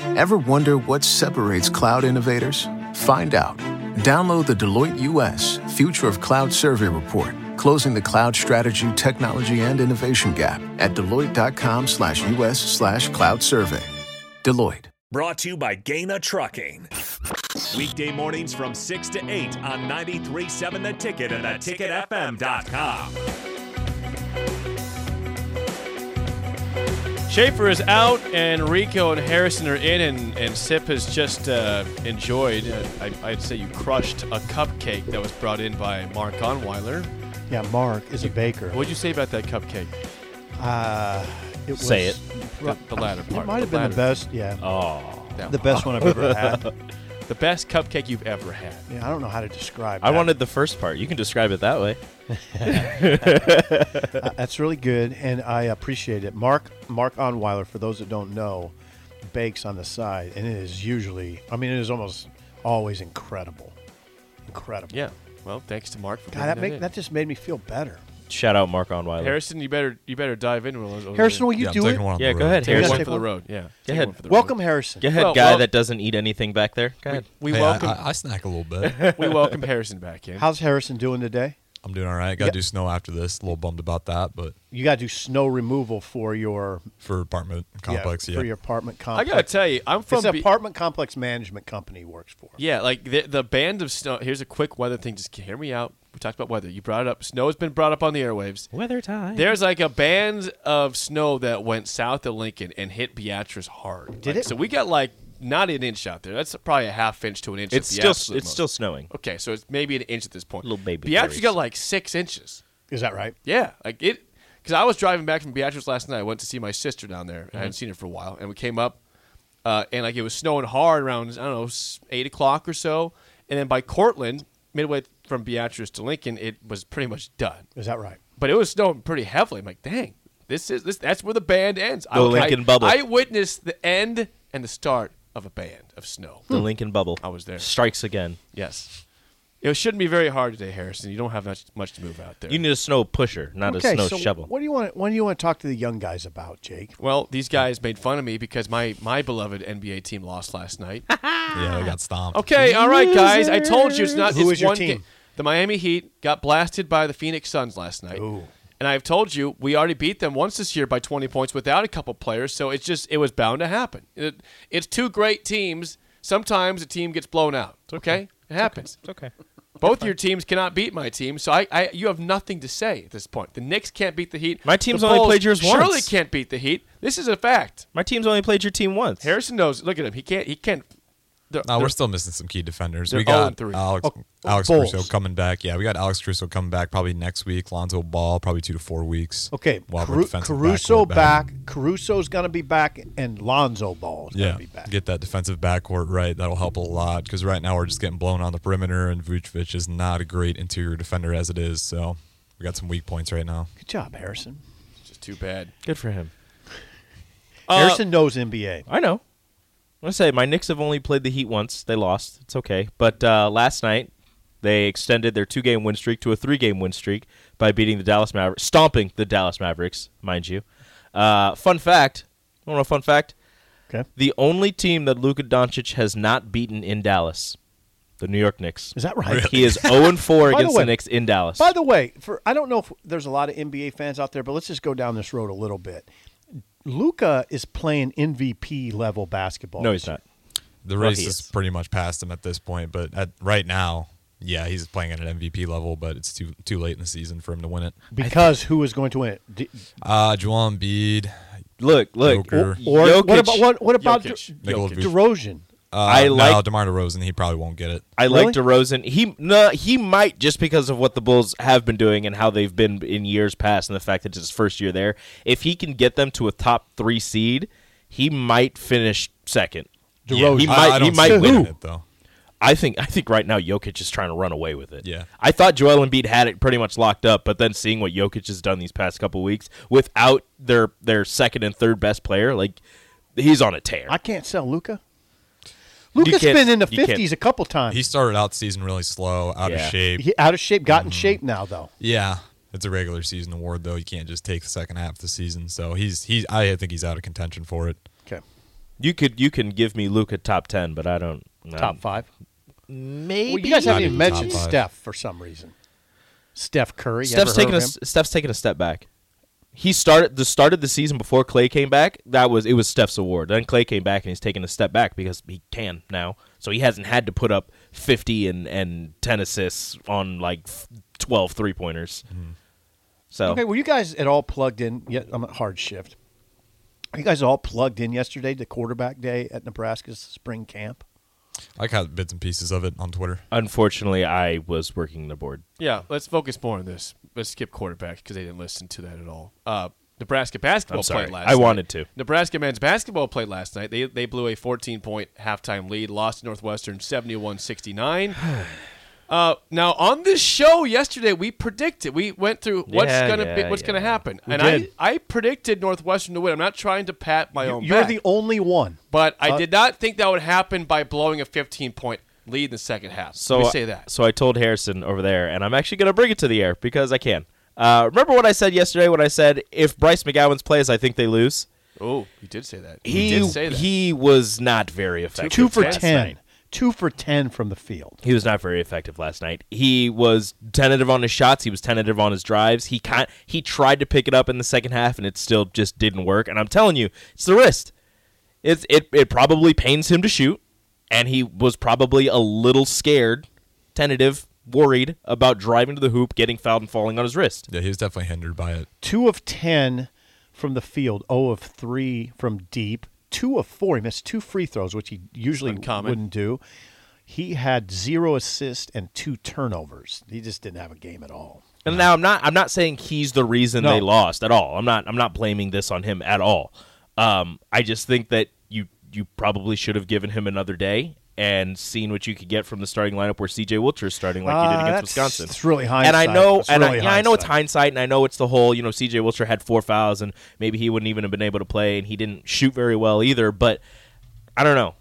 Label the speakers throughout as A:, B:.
A: Ever wonder what separates cloud innovators? Find out. Download the Deloitte US Future of Cloud Survey Report, closing the cloud strategy, technology, and innovation gap at deloitte.com slash US slash cloud survey. Deloitte.
B: Brought to you by Gaina Trucking. Weekday mornings from 6 to 8 on 93.7 The Ticket and theticketfm.com.
C: Schaefer is out, and Rico and Harrison are in, and, and Sip has just uh, enjoyed, uh, I, I'd say you crushed, a cupcake that was brought in by Mark Onweiler.
D: Yeah, Mark is a baker.
C: What'd you say about that cupcake?
D: Uh, it was,
E: Say it.
C: The, the latter
D: It
C: part.
D: might have been the
C: latter-
D: best. Yeah,
E: Oh.
C: that
D: the
C: one.
D: best one I've ever had.
C: The best cupcake you've ever had.
D: Yeah, I don't know how to describe.
E: I
D: that.
E: wanted the first part. You can describe it that way.
D: Uh, that's really good, and I appreciate it. Mark Mark Onweiler, for those that don't know, bakes on the side, and it is usually, I mean, it is almost always incredible, incredible.
C: Yeah. Well, thanks to Mark for
D: God,
C: bringing
D: that make,
C: in.
D: that just made me feel better.
E: Shout out Mark Onweiler.
C: Harrison, you better you better dive in.
D: Harrison, will you
F: yeah, I'm
D: do
F: taking
D: it?
F: one on
E: Yeah, go
F: the road.
E: ahead,
C: take
D: Harrison.
C: one
E: Harrison.
D: take
C: for the
D: one?
C: road. Yeah. Take
E: ahead.
C: one for the road.
D: Welcome, Harrison.
E: Go ahead,
C: Well,
E: guy
C: well-
E: that doesn't eat anything back there. Go ahead.
C: We
F: Hey, I-
C: welcome
F: I, I snack a little bit.
C: we welcome Harrison back in.
D: How's Harrison doing today?
F: I'm doing all right. Got to do snow after this. A little bummed about that, but
D: You got to do snow removal for your
F: for apartment
D: yeah,
F: complex, yeah.
D: for your apartment
C: I
D: complex.
C: gotta tell you, I'm from
D: it's an
C: Be-
D: apartment complex management company he works for.
C: Yeah, like the the band of snow. Here's a quick weather thing. Just hear me out. We talked about weather. You brought it up. Snow has been brought up on the airwaves.
E: Weather time.
C: There's like a band of snow that went south of Lincoln and hit Beatrice hard.
D: Did
C: Like,
D: it?
C: So we got like not an inch out there. That's probably a half inch to an inch. at
E: It's
C: the
E: still it's
C: absolute most.
E: still snowing.
C: okay. So it's maybe an inch at this point.
E: Little baby
C: Beatrice
E: berries.
C: got like six inches.
D: Is that right?
C: Yeah, like it. Because I was driving back from Beatrice last night. I went to see my sister down there.
E: Mm-hmm.
C: I hadn't seen her for a while, and we came up, uh, and like it was snowing hard around I don't know s- eight o'clock or so. And then by Cortland, midway from Beatrice to Lincoln, it was pretty much done.
D: Is that right?
C: But it was snowing pretty heavily. I'm like, dang, this is this. That's where the band ends. I,
E: The Lincoln
C: I-
E: bubble.
C: I witnessed the end and the start of a band of snow.
D: Hmm.
E: The Lincoln bubble.
C: I was there.
E: Strikes again.
C: Yes, it shouldn't be very hard today, Harrison. You don't have much much to move out there.
E: You need a snow pusher, not a snow
D: so
E: shovel.
D: What do you want? What do you want to talk to the young guys about, Jake?
C: Well, these guys made fun of me because my my beloved NBA team lost last night.
F: yeah, they got stomped.
C: Okay, all right, guys. I told you it's not.
D: Who
C: it's
D: is your
C: one
D: team?
C: ga- The Miami Heat got blasted by the Phoenix Suns last night. And I've told you we already beat them once this year by 20 points without a couple players, so it's just it was bound to happen. It- it's two great teams. Sometimes a team gets blown out. Okay, it happens.
E: okay.
C: Both your teams cannot beat my team, so I, I you have nothing to say at this point. The Knicks can't beat the Heat.
E: My team's
C: The
E: only
C: Bulls
E: played yours
C: surely
E: once.
C: can't beat the Heat. This is a fact.
E: My team's only played your team once.
C: Harrison knows. Look at him. He can't. He can't. they're-
F: No,
C: they're-
F: we're still missing some key defenders.
C: They're
F: We
C: oh and
F: got
C: three.
F: Alex, Alex
D: Bulls.
F: Crusoe coming back. Yeah, we got Alex Crusoe coming back probably next week. Lonzo Ball probably two to four weeks.
D: Okay,
F: While we're
D: Caru-
F: defensive
D: Caruso
F: backcourt back.
D: back. Caruso's going to be back, and Lonzo Ball is
F: Yeah,
D: going to be back.
F: get that defensive backcourt right. That'll help a lot because right now we're just getting blown on the perimeter, and Vucevic is not a great interior defender as it is. So we got some weak points right now.
D: Good job, Harrison.
C: It's just too bad.
E: Good for him. Uh,
C: Uh,
D: Harrison knows NBA.
E: I know. I'm gonna say my Knicks have only played the Heat once. They lost. It's okay. But uh, last night they extended their two-game win streak to a three-game win streak by beating the Dallas Mavericks, stomping the Dallas Mavericks, mind you. Uh, fun fact. Want a fun fact?
D: Okay,
E: The only team that Luka Doncic has not beaten in Dallas, the New York Knicks.
D: is that right?
E: He is 0 and 4
D: By the
E: against the,
D: way-
E: Knicks in Dallas.
D: By the way, for I don't know if there's a lot of NBA fans out there, but let's just go down this road a little bit. Luca is playing MVP level basketball.
E: no, he's not.
F: The
E: Well,
F: race
E: he
F: is
E: is.
F: pretty much past him at this point, but at right now, yeah, he's playing at an MVP level, but it's too too late in the season for him to win it.
D: because who is going to win it? D-
F: Uh Joel Embiid,
E: Look, look.
F: Joker.
D: Or
E: Jokic.
D: what about what, what about De-
C: Jokic.
F: Nikola
D: De-
F: Vucevic.
D: DeRozan?
F: Uh,
E: I
F: no,
E: like-
F: DeMar DeRozan. He probably won't get it.
E: I
D: Really?
E: like DeRozan. He no, he might just because of what the Bulls have been doing and how they've been in years past, and the fact that it's his first year there. If he can get them to a top three seed, he might finish second.
F: Yeah,
E: He
F: I-
E: might.
F: I
E: he
F: don't see
E: might
F: him winning
E: win.
F: it though.
E: I think. I think right now Jokic is trying to run away with it.
F: Yeah.
E: I thought Joel Embiid had it pretty much locked up, but then seeing what Jokic has done these past couple weeks without their their second and third best player, like he's on a tear.
D: I can't sell Luca.
E: You
D: Luca's
E: can't-
D: been in the
E: you can't-
D: fifties a couple times.
F: He started out the season really slow, out
E: Yeah.
F: of shape.
D: He out of shape, got in shape now though.
F: yeah, it's a regular season award though. You can't just take the second half of the season. So he's he's. I think he's out of contention for it.
D: Okay.
E: You could you can give me Luca top ten, but I don't know.
D: Top five.
E: maybe.
D: Well, you guys haven't
F: Not
D: even
F: even top
D: mentioned
F: five.
D: Steph for some reason. Steph Curry. you ever
E: Steph's
D: heard
E: taking a
D: of
E: s- Steph's taking a step back. He started the started the season before Clay came back. That was it was Steph's award. Then Clay came back and he's taking a step back because he can now. So he hasn't had to put up 50 and and 10 assists on like f- 12 three-pointers. So
D: Hmm. Okay, were you guys at all plugged in? Yet I'm at hard shift. Are you guys all plugged in yesterday to quarterback day at Nebraska's spring camp?
F: I caught bits and pieces of it on Twitter.
E: unfortunately I was working the board.
C: Yeah, let's focus more on this. Let's skip quarterback because they didn't listen to that at all. Uh, Nebraska basketball
E: I'm sorry.
C: played last.
E: I
C: night.
E: wanted to.
C: Nebraska men's basketball played last night. They they blew a 14 point halftime lead, lost to Northwestern 71 69. Uh, now on this show yesterday, we predicted we went through what's
E: Yeah,
C: gonna be,
E: yeah,
C: what's gonna
E: yeah.
C: happen,
D: We
C: and
D: did.
C: I I predicted Northwestern to win. I'm not trying to pat my own.
D: You're
C: back.
D: the only one.
C: But I
D: Uh,
C: did not think that would happen by blowing a 15 point lead in the second half.
E: So
C: Let me say that.
E: So I told Harrison over there, and I'm actually going to bring it to the air because I can. Uh, remember what I said yesterday when I said if Bryce McGowan's plays, I think they lose.
C: Oh, you did say that.
E: He
C: you did say that.
E: he was not very effective.
D: Two for
C: That's
D: ten.
C: right.
D: Two for ten from the field.
E: He was not very effective last night. He was tentative on his shots. He was tentative on his drives. He kind he tried to pick it up in the second half, and it still just didn't work. And I'm telling you, it's the wrist. It's it it probably pains him to shoot, and he was probably a little scared, tentative, worried about driving to the hoop, getting fouled, and falling on his wrist.
F: Yeah, he was definitely hindered by it.
D: Two of ten from the field. O of three from deep. Two of four. He missed two free throws, which he usually
C: Uncommon.
D: wouldn't do. He had zero assists and two turnovers. He just didn't have a game at all.
E: And now I'm not I'm not saying he's the reason
D: No.
E: they lost at all. I'm not I'm not blaming this on him at all. Um, I just think that you you probably should have given him another day and seen what you could get from the starting lineup where CJ Wilcher is starting like you
D: Ah,
E: did against
D: that's-
E: Wisconsin.
D: it's really
E: And I
D: hindsight.
E: know
D: It's
E: and I,
D: really
E: yeah, I know it's
D: hindsight.
E: hindsight and I know it's the whole, you know, CJ Wilcher had four fouls and maybe he wouldn't even have been able to play and he didn't shoot very well either, but I don't know.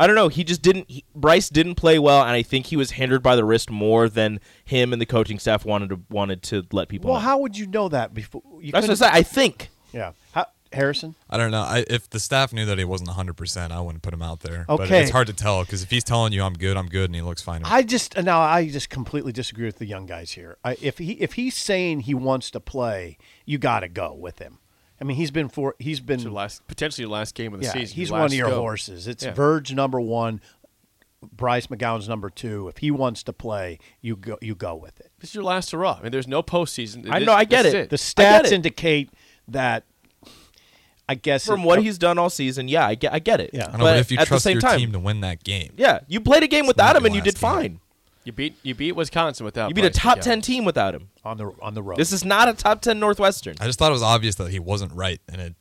E: I don't know. He just didn't. He, Bryce didn't play well, and I think he was hindered by the wrist more than him and the coaching staff wanted to wanted to let people.
D: Well,
E: know.
D: how would you know that before? You
E: That's what I
D: couldn't-
E: said. I think.
D: Yeah. How, Harrison?
F: I don't know. I, if the staff knew that he wasn't 100%, I wouldn't put him out there. But
D: Okay.
F: it's hard to tell because if he's telling you I'm good, I'm good, and he looks fine.
D: I just Uh, now I just completely disagree with the young guys here. I, if he if he's saying he wants to play, you got to go with him. I mean, he's been for he's been
C: Your last potentially your last game of the
D: yeah,
C: season.
D: he's
C: your
D: one
C: last
D: of your
C: go.
D: horses. It's
C: Yeah.
D: Verge number one, Bryce McGowan's number two. If he wants to play, you go you go with it.
C: This is your last hurrah. I mean, there's no postseason.
E: I
C: This-
E: know, I get
C: this is
E: it.
D: The
E: I
D: stats
E: it.
D: indicate that. I guess
E: From
D: it-
E: what he's done all season, yeah, I get, I get it.
D: Yeah. I
F: I
E: but,
F: don't know, but if you
E: at
F: trust
E: the same
F: your
E: time,
F: team to win that game,
E: yeah, you played a game
F: not
E: without him
F: the
E: and you
F: last
E: did
F: game.
E: fine.
C: You beat you beat Wisconsin without.
E: You beat a
C: Bryce
E: top
C: McGowan.
E: ten team without him.
D: on the on the road.
E: This is not a top ten Northwestern.
F: I just thought it was obvious that he wasn't right, and it.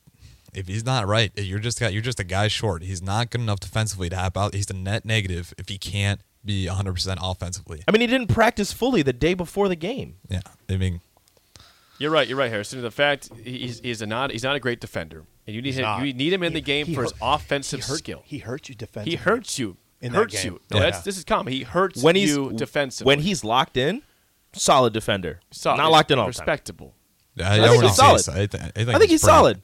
F: If he's not right, you're just got you're just a guy short. He's not good enough defensively to have out. He's a net negative if he can't be 100 percent offensively.
E: I mean, he didn't practice fully the day before the game.
F: Yeah, I mean,
C: You're right. You're right, Harrison. The fact he's, he's a not he's not a great defender, and you need him.
D: not.
C: You need him in the game
D: He
C: for his
D: hurt-
C: offensive
D: he hurt,
C: skill.
D: He hurt you
C: He
D: defensively.
C: hurts you.
D: In that
C: hurts
D: game.
C: you. No,
D: Yeah.
C: that's, this is common. He hurts
E: When he's
C: you defensively.
E: when he's locked in, solid defender.
C: Solid,
E: not locked in all the time.
C: Respectable.
F: I, I
E: think
F: wouldn't
E: he's
F: say he's-
E: solid.
F: I, th- I think,
E: I think he's
F: pretty-
E: solid.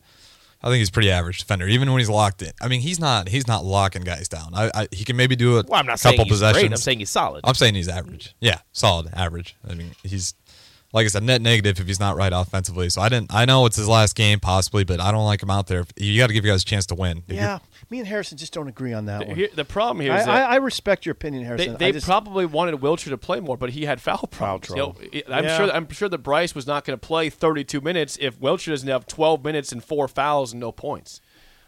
F: I think he's pretty average defender, even when he's locked in. I mean, he's not he's not locking guys down. I, I he can maybe do a
E: Well, I'm not
F: couple
E: saying he's
F: possessions.
E: great. I'm saying he's solid.
F: I'm saying he's average. Yeah, solid average. I mean, he's like I said, net negative if he's not right offensively. So I didn't. I know it's his last game possibly, but I don't like him out there. You got to give you guys a chance to win. If you-
D: Yeah, me and Harrison just don't agree on that one.
C: Here, the problem here
D: I,
C: is that
D: I, I respect your opinion,
C: They,
D: Harrison.
C: they
D: I just,
C: probably wanted Wilcher to play more, but he had foul problems. You know,
D: trouble.
C: I'm
D: Yeah.
C: sure. I'm sure that Bryce was not going to play 32 minutes if Wilcher doesn't have 12 minutes and four fouls and no points.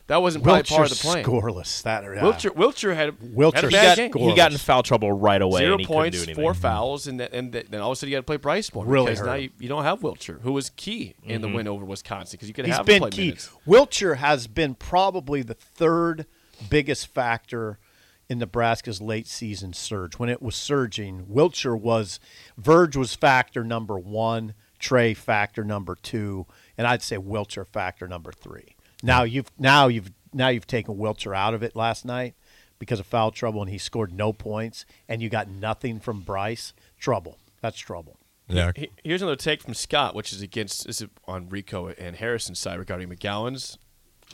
C: That wasn't probably part of the plan.
D: scoreless. That yeah.
C: Wilcher, Wilcher had
D: Wilcher
C: had a
D: He
E: he
C: bad
E: got,
C: game.
E: he got in foul trouble right away.
C: Zero
E: and he couldn't
C: points,
E: do anything.
C: four fouls, and, th- and th- then all of a sudden you got to play Bryce more
D: Really
C: because
D: hurt
C: now
D: him. Mm-hmm.
C: you, you don't have Wilcher, who was key in the win over Wisconsin because you could
D: He's
C: have him
D: been
C: play
D: key.
C: minutes.
D: Wilcher has been probably the third biggest factor in Nebraska's late season surge. When it was surging, Wilcher was Verge was factor number one, Trey factor number two, and I'd say Wilcher factor number three. Now you've now you've now you've taken Wilcher out of it last night because of foul trouble and he scored no points and you got nothing from Bryce. Trouble. That's trouble.
F: yeah.
C: He- Here's another take from Scott, which is against this is on Rico and Harrison's side regarding McGowan's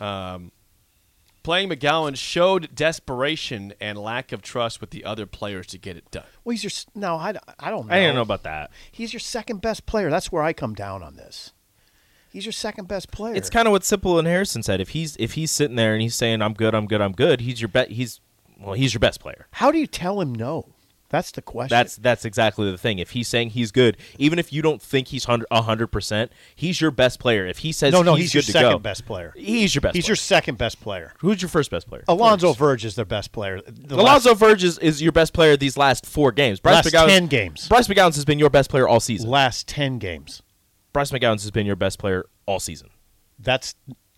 C: um, Playing McGowan showed desperation and lack of trust with the other players to get it done.
D: Well, he's your s- no. I, I don't. Know.
E: I don't know about that.
D: He's your second best player. That's where I come down on this. He's your second best player.
E: It's kind of what Simple and Harrison said. If he's if he's sitting there and he's saying I'm good, I'm good, I'm good, he's your bet. He's well, he's your best player.
D: How do you tell him no? That's the question.
E: That's that's exactly the thing. If he's saying he's good, even if you don't think he's hundred percent, he's your best player. If he says
D: no, no.
E: he's,
D: He's, your
E: good to
D: second
E: go,
D: best player.
E: He's your best.
D: He's
E: player.
D: your second best player.
E: Who's your first best player?
D: Alonzo Verge is their best player. The
E: Alonzo Verge is, is your best player these last four games.
D: Last 10 games.
E: Bryce McGowan's has been your best player all
D: last,
E: season.
D: last ten games.
E: Bryce McGowan's has been your best player all season.
D: That's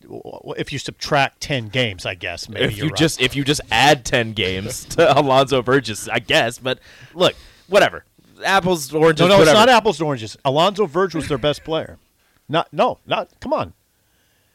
D: well, if you subtract ten games, I guess. Maybe
E: if
D: you're
E: you
D: right.
E: just if you just add ten games to Alonzo Verge's, I guess. But look, whatever. Apples, oranges,
D: no, no,
E: whatever.
D: it's not apples to oranges. Alonzo Verge was their best player. Not no, not come on.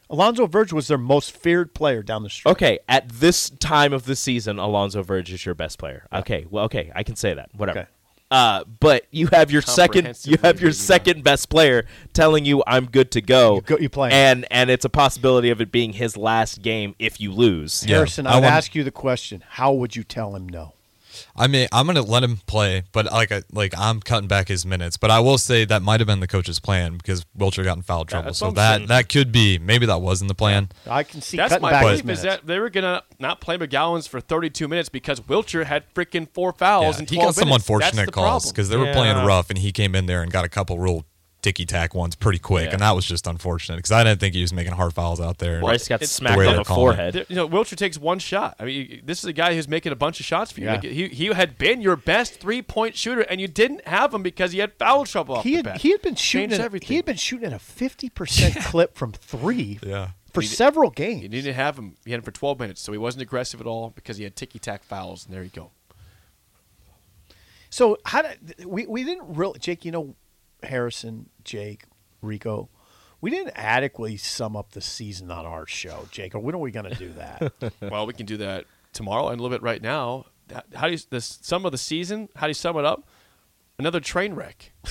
D: Alonzo Verge was their most feared player down the street.
E: Okay, at this time of the season, Alonzo Verge is your best player. Okay, well, okay, I can say that. Whatever.
D: Okay.
E: Uh, but you have your second, you have your
C: Comprehensively,
E: second best player telling you I'm good to go. You,
D: go- you play him.
E: and and it's a possibility of it being his last game if you lose.
F: Yeah,
D: Harrison,
F: I
D: I would
F: wouldn't-
D: ask you the question: How would you tell him no?
F: I mean, I'm gonna let him play, but like, I, like I'm cutting back his minutes. But I will say that might have been the coach's plan because Wilcher got in foul trouble.
C: that's
F: So
C: what I'm
F: that
C: saying.
F: that could be maybe that wasn't the plan.
D: I can see
C: That's
D: cutting
C: my
D: back his
C: belief
D: minutes.
C: is that they were gonna not play McGowan's for 32 minutes because Wilcher had freaking four fouls
F: Yeah,
C: and
F: he got some
C: That's
F: unfortunate
C: the
F: calls
C: problem.
F: because they were playing
E: Yeah.
F: rough, and he came in there and got a couple real ticky tack ones pretty quick, and that was just unfortunate because I didn't think he was making hard fouls out there.
E: Bryce got
C: it's the
E: smacked
F: way
E: on the
F: they're calling it.
E: forehead.
C: There- You know, Wilcher takes one shot. I mean, you- this is a guy who's making a bunch of shots for you.
D: Yeah.
C: Like, he, he had been your best three point shooter, and you didn't have him because he had foul trouble off
D: he
C: the
D: had
C: bat.
D: he had been shooting
C: Changed
D: at,
C: everything.
D: he had been shooting at a fifty percent clip from three
F: Yeah.
D: for several games.
C: You didn't have him. You had him for 12 minutes, so he wasn't aggressive at all because he had ticky tack fouls, and there you go.
D: So how did we we didn't really Jake, you know, Harrison, Jake, Rico, we didn't adequately sum up the season on our show, Jake. Or when are we going to do that?
C: well, we can do that tomorrow and a little bit right now. How do you the sum of the season? How do you sum it up? Another train wreck.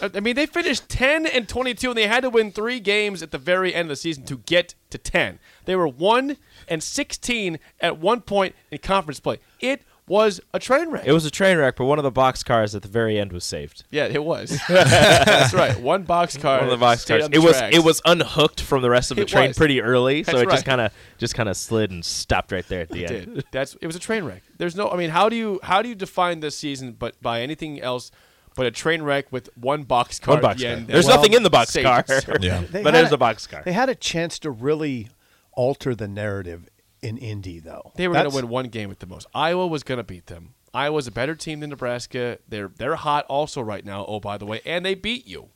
C: I I mean, they finished ten and twenty-two, and they had to win three games at the very end of the season to get to ten. They were one and sixteen at one point in conference play. It was a train wreck.
E: It was a train wreck, but one of the box cars at the very end was saved.
C: yeah, it was. That's right. One box car.
E: One of the box
C: stayed
E: cars.
C: on the
E: It was
C: tracks.
E: it was unhooked from the rest of the
C: It
E: train
C: was.
E: pretty early, so
C: That's
E: it just
C: right.
E: kind of just kind of slid and stopped right there at the end.
C: did. That's it was a train wreck. There's no I mean, how do you how do you define this season but by anything else but a train wreck with one box car?
E: One
C: at
E: box
C: the
E: car.
C: end that-
E: There's
C: Well,
E: nothing in the box
C: saved
E: car.
C: itself.
F: Yeah.
D: They
E: but
D: had
E: there's
D: a-
E: the box car.
D: They had a chance to really alter the narrative in Indy, though.
C: They were going to
D: That's-
C: win one game at the most. Iowa was going to beat them. Iowa's a better team than Nebraska. They're they're hot also right now. Oh, by the way, and they beat you.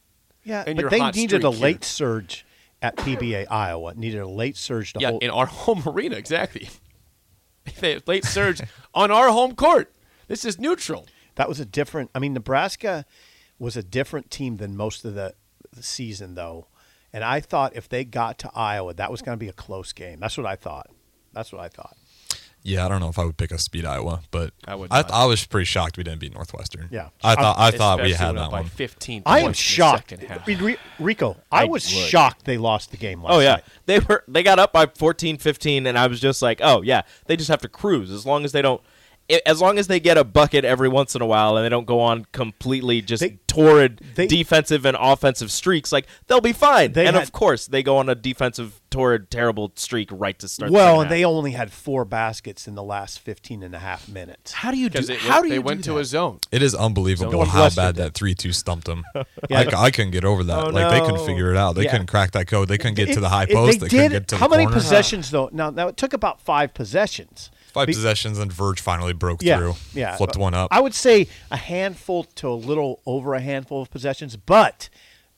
D: Yeah,
C: in
D: but
C: your
D: they
C: hot
D: needed a
C: streak here.
D: late surge at PBA Iowa. It Needed a late surge to
C: Yeah,
D: hold.
C: in our home arena, exactly. they late surge on our home court. This is neutral.
D: That was a different. I mean, Nebraska was a different team than most of the, the season, though. And I thought if they got to Iowa, that was going to be a close game. That's what I thought. That's what I thought.
F: Yeah, I don't know if I would pick us to beat Iowa, but
C: I would
F: I,
C: not.
F: I was pretty shocked we didn't beat Northwestern.
D: Yeah.
F: I thought I thought we
C: Especially
F: had
C: when
F: that
C: up by
F: one.
C: 15.
D: I am
C: points in the
D: shocked.
C: second half.
D: I mean, Re- Rico, I,
E: I
D: was
E: would.
D: shocked they lost the game last
E: Oh yeah,
D: night.
E: they were they got up by 14, 15, and I was just like, oh yeah, they just have to cruise as long as they don't, i- as long as they get a bucket every once in a while and they don't go on completely just
D: They-
E: torrid
D: they-
E: defensive and offensive streaks, like they'll be fine.
D: They
E: and
D: had-
E: of course, they go on a defensive torrid terrible streak right to start. the
D: Well,
E: second
D: and they
E: half.
D: only had four baskets in the last 15 and a half minutes.
E: how do you do?
C: because they,
E: how do you
C: they
E: do
C: went to
E: that?
C: a zone.
F: It is unbelievable
D: Don't
F: how
D: bless
F: bad
D: it.
F: that three two stumped them.
D: Yeah.
F: I, I couldn't get over that.
E: Oh,
F: like they
E: no.
F: couldn't figure it out. They
D: Yeah.
F: couldn't crack that code. They couldn't get
D: It-
F: to the high
D: it-
F: post.
D: They,
F: They, couldn't
D: did.
F: get to
D: how
F: the
D: many
F: corner.
D: possessions though? Now, now it took about five possessions.
F: Five
D: Be-
F: possessions and Verge finally broke
D: yeah,
F: through.
D: Yeah,
F: flipped one up.
D: I would say a handful to a little over a handful of possessions, but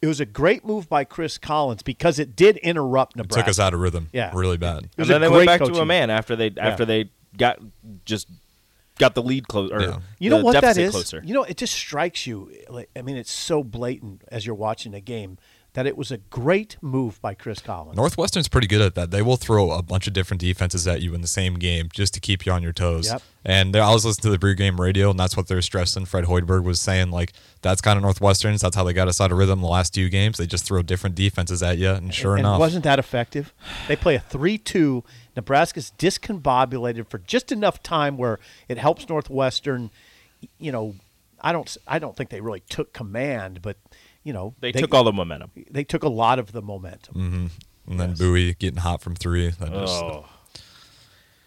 D: it was a great move by Chris Collins because it did interrupt
F: It
D: Nebraska.
F: took us out of rhythm.
D: Yeah.
F: really bad.
D: It was a
E: and then they went
D: great
E: back to a
D: coaching.
E: man after they after they got just got the lead close or
F: Yeah.
D: You know
E: the
D: what that
E: deficit
D: is?
E: Closer.
D: You know, it just strikes you. Like, I mean, it's so blatant as you're watching a game. that it was a great move by Chris Collins.
F: Northwestern's pretty good at that. They will throw a bunch of different defenses at you in the same game just to keep you on your toes.
D: Yep.
F: And there, I was listening to the pregame radio, and that's what they're stressing. Fred Hoiberg was saying, like, that's kind of Northwestern's. That's how they got us out of rhythm the last two games. They just throw different defenses at you, and sure
D: and
F: enough,
D: wasn't that effective? They play a 3 2. Nebraska's discombobulated for just enough time where it helps Northwestern. You know, I don't, I don't think they really took command, but, you know,
E: They, took all the momentum.
D: they took a lot of the momentum.
F: and then Bowie getting hot from three. That just-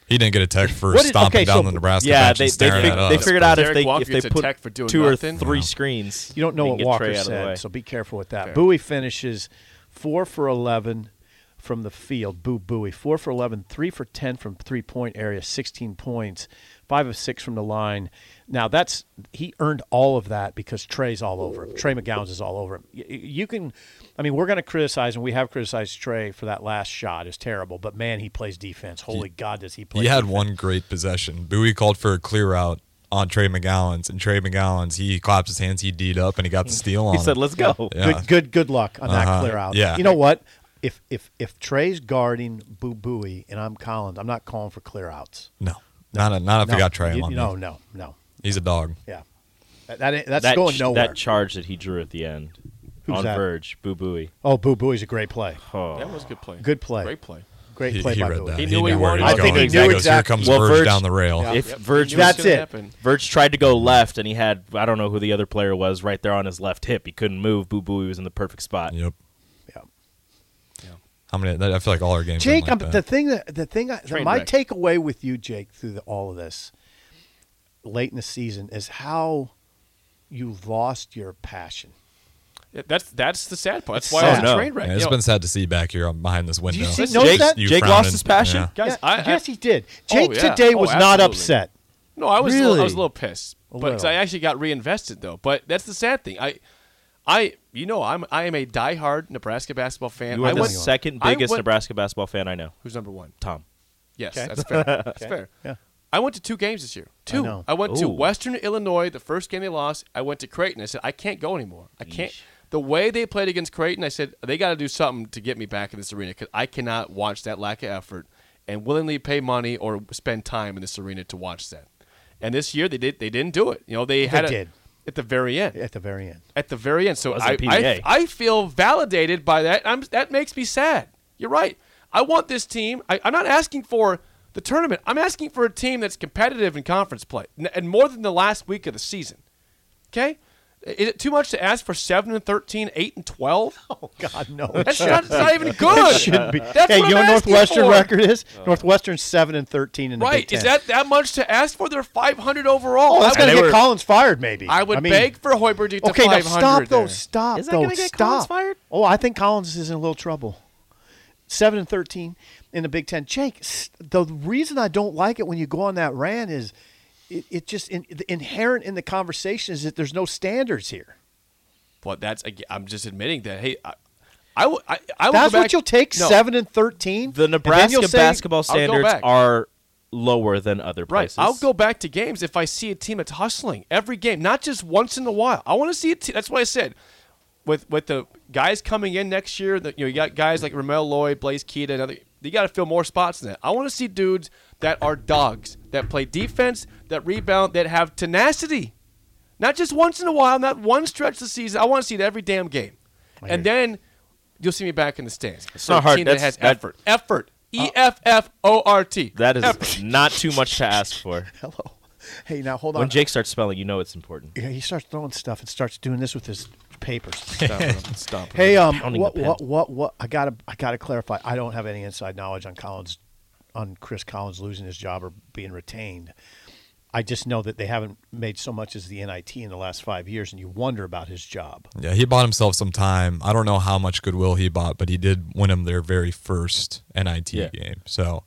F: he didn't get a tech for
D: What is-
F: stomping
D: okay,
F: down
D: so-
F: the Nebraska
E: yeah,
F: bench
E: they
F: and
E: they,
F: staring
E: fig-
F: at
E: they
F: us,
E: figured
F: but-
E: out if
C: Derek
E: they
C: Walker
E: if they
C: gets a
E: put
C: tech for doing
E: two or
C: nothing.
E: three screens,
D: You don't know
E: they
D: what
E: can get Trey
D: Walker
E: out of the way.
D: said, so be careful with that. Bowie finishes four for 11 from the field. Boo Bowie. Four for 11, three for 10 from three point area, 16 points, five of six from the line. Now, that's he earned all of that because Trey's all over him. Trey McGowan's is all over him. Y- y- You can, I mean, we're going to criticize, and we have criticized Trey for that last shot. It's terrible, but man, he plays defense. Holy God, does he play
F: He had
D: defense.
F: one great possession. Bowie called for a clear out on Trey McGowan's, and Trey McGowan's he claps his hands, he D'd up, and he got the steal on.
E: He
F: him.
E: said, "Let's go."
F: Yeah.
D: Good, good, good luck on
F: Uh-huh.
D: that clear out.
F: Yeah.
D: You know what? If if if Trey's guarding Boo Booey and I'm Collins, I'm not calling for clear outs.
F: no, not a, not if
D: No,
F: you got Trey
D: you-
F: on.
D: No,
F: me.
D: no, no.
F: he's a dog.
D: Yeah, that, that ain't- that's
E: that
D: going
E: ch-
D: nowhere.
E: That charge that he drew at the end
D: Who's
E: on
D: that?
E: Verge, Boo Booey.
D: oh, Boo Booey's a great play.
E: Oh.
C: That was a good play.
D: Good play.
C: Great play.
D: Great
F: He,
D: play
F: he
D: by
F: read
D: Booey.
F: that.
C: He
F: He
C: knew
F: knew
C: he
F: where
C: wanted
F: he was
D: it. I
F: going.
D: think he
F: He
D: knew
F: goes, Here
D: exactly-
F: comes
E: Well,
F: Verge,
E: Verge-
F: down the rail.
C: Yeah.
E: If
C: Yep, he
E: Verge
C: knew it was
D: That's
C: gonna
D: it.
C: happen.
E: Verge tried to go left, and he had I don't know who the other player was right there on his left hip. He couldn't move. Boo Booey was in the perfect spot.
F: Yep.
D: Yeah.
F: How many? that- I feel like all our games.
D: Jake,
F: i
D: I'm, the thing that the thing I,
C: Train
D: my
C: wreck.
D: takeaway with you, Jake, through the, all of this late in the season is how you lost your passion.
C: Yeah, That's that's the sad part. That's
D: It's
C: why it's
D: sad.
C: a
E: No.
C: train wreck.
F: yeah,
C: You
F: it's
C: know,
F: been sad to see back here on behind this window.
D: you see-
F: It's
D: notice
E: Jake,
D: that?
F: you
E: Jake
F: frowning.
E: lost his passion.
F: Yeah.
C: guys, I, I-
D: yes, he did. Jake
C: yeah.
D: today
C: Oh,
D: was not
C: absolutely.
D: upset.
C: No, I was a little, I was
D: Really?
C: a little pissed,
D: A
C: but 'cause I
D: little.
C: actually got reinvested though. But that's the sad thing. I, I, you know, I'm I am a diehard Nebraska basketball fan.
E: You are
C: I
E: the
C: went-
E: second
C: I
E: biggest
C: went-
E: Nebraska basketball fan I know.
C: Who's number one?
E: Tom.
C: Yes,
D: Okay.
C: that's fair. That's fair.
D: Yeah.
C: I went to two games this year. Two. I,
D: know.
C: went to
E: Ooh.
C: Western Illinois, the first game they lost. I went to Creighton. I said, I can't go anymore. I can't. The way they played against Creighton, I said, they got to do something to get me back in this arena because I cannot watch that lack of effort and willingly pay money or spend time in this arena to watch that. And this year they did. They didn't do it. You know they had it
D: did.
C: at the very end.
D: at the very end.
C: At the very end. So
E: It
C: I,
E: wasn't
C: I,
E: PBA.
C: I feel validated by that. I'm, that makes me sad. You're right. I want this team. I, I'm not asking for the tournament. I'm asking for a team that's competitive in conference play n- and more than the last week of the season. Okay? Is it too much to ask for 7 and 13, 8 and 12?
D: Oh God, no!
C: That's not, that's not even good.
D: shouldn't be.
C: That's
D: hey,
C: what
D: you
C: I'm
D: know
C: asking
D: Northwestern
C: for.
D: record is Northwestern seven and thirteen in the Big
C: Right.
D: Ten.
C: Is that that much to ask for? They're 500 overall.
D: Oh, that's
C: I would-
D: going to
E: they
D: get
E: were-
D: Collins fired, maybe.
C: I would
D: mean,
C: beg for Hoiberg to get to
D: Okay, now
C: 500.
D: stop
C: there.
D: though. Stop
E: Is that
D: though.
E: gonna get
D: stop.
E: Collins fired?
D: Oh, I think Collins is in a little trouble. Seven and thirteen in the Big Ten. Jake, s- the reason I don't like it when you go on that rant is, it, it just in, the inherent in the conversation is that there's no standards here.
C: But that's ag- I'm just admitting that. Hey, I, I, will- I, I will
D: That's
C: go back-
D: what you'll take
C: No,
D: seven and thirteen.
E: The
D: and then
E: Nebraska
D: you'll say-
E: basketball
C: I'll go
E: standards
C: back.
E: are lower than other
C: Right,
E: places.
C: I'll go back to games if I see a team that's hustling every game, not just once in a while. I want to see a team. That's why I said with with the guys coming in next year, that you know you got guys like Ramel Lloyd, Blaze Keita, and other. You got to fill more spots than that. I want to see dudes that are dogs that play defense, that rebound, that have tenacity. Not just once in a while, not one stretch of the season. I want to see it every damn game, and then you'll see me back in the stands. It's
E: not hard.
C: Team that
E: That's- Uh,
C: has
E: that-
C: effort, effort, E F F O R T.
E: That is
C: effort.
E: not too much to ask for.
D: Hello. Hey, now hold on.
E: When Jake starts spelling, you know it's important.
D: Yeah, he starts throwing stuff and starts doing this with his papers.
C: Stop.
D: hey, um,
E: Pounding
D: what,
E: the pen.
D: what, what, what? I gotta, I gotta clarify. I don't have any inside knowledge on Collins, on Chris Collins losing his job or being retained. I just know that they haven't made so much as the NIT in the last five years, and you wonder about his job.
F: Yeah, he bought himself some time. I don't know how much goodwill he bought, but he did win him their very first NIT
E: Yeah.
F: game. So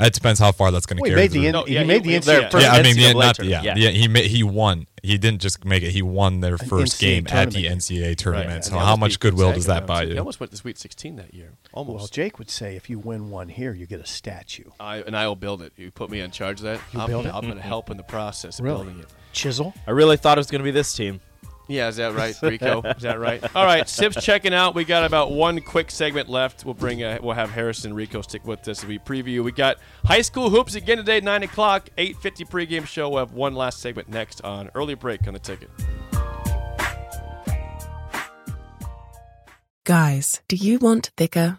F: it depends how far that's going to
D: Well, he
F: carry.
D: made
F: through.
D: the, N-
C: No,
D: he
C: yeah,
D: made
C: he-
D: the
C: it's their
D: NCAA
E: first-
F: yeah, I mean,
E: NCAA
F: yeah, not, yeah,
E: tournament, yeah.
F: yeah, he ma- he won. He didn't just make it. He won their first
D: NCAA
F: game at the
D: tournament.
F: NCAA tournament.
D: Right.
F: So how much goodwill does that buy
C: He
F: you?
C: almost went to Sweet 16 that year.
D: Well,
C: Almost.
D: Jake would say if you win one here, you get a statue.
C: I, and I will build it. You put me in charge of that. I'm,
D: build it?
C: I'm going to help in the process of building it.
D: Chisel.
E: I really thought it was going to be this team.
C: Yeah, is that right, Rico? is that right? All right, Sips checking out. We got about one quick segment left. We'll bring. Uh, we'll have Harrison Rico stick with us as we preview. We got high school hoops again today, nine o'clock, eight fifty pregame show. We'll have one last segment next on early break on the ticket.
G: Guys, do you want thicker,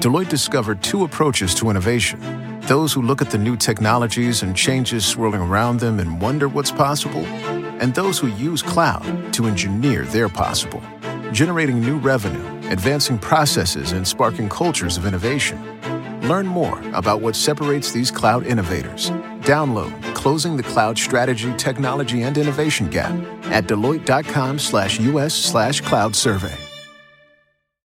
A: Deloitte discovered two approaches to innovation those who look at the new technologies and changes swirling around them and wonder what's possible, and those who use cloud to engineer their possible. Generating new revenue, advancing processes, and sparking cultures of innovation. Learn more about what separates these cloud innovators. Download Closing the Cloud Strategy, Technology, and Innovation Gap at Deloitte.com slash US slash cloud survey.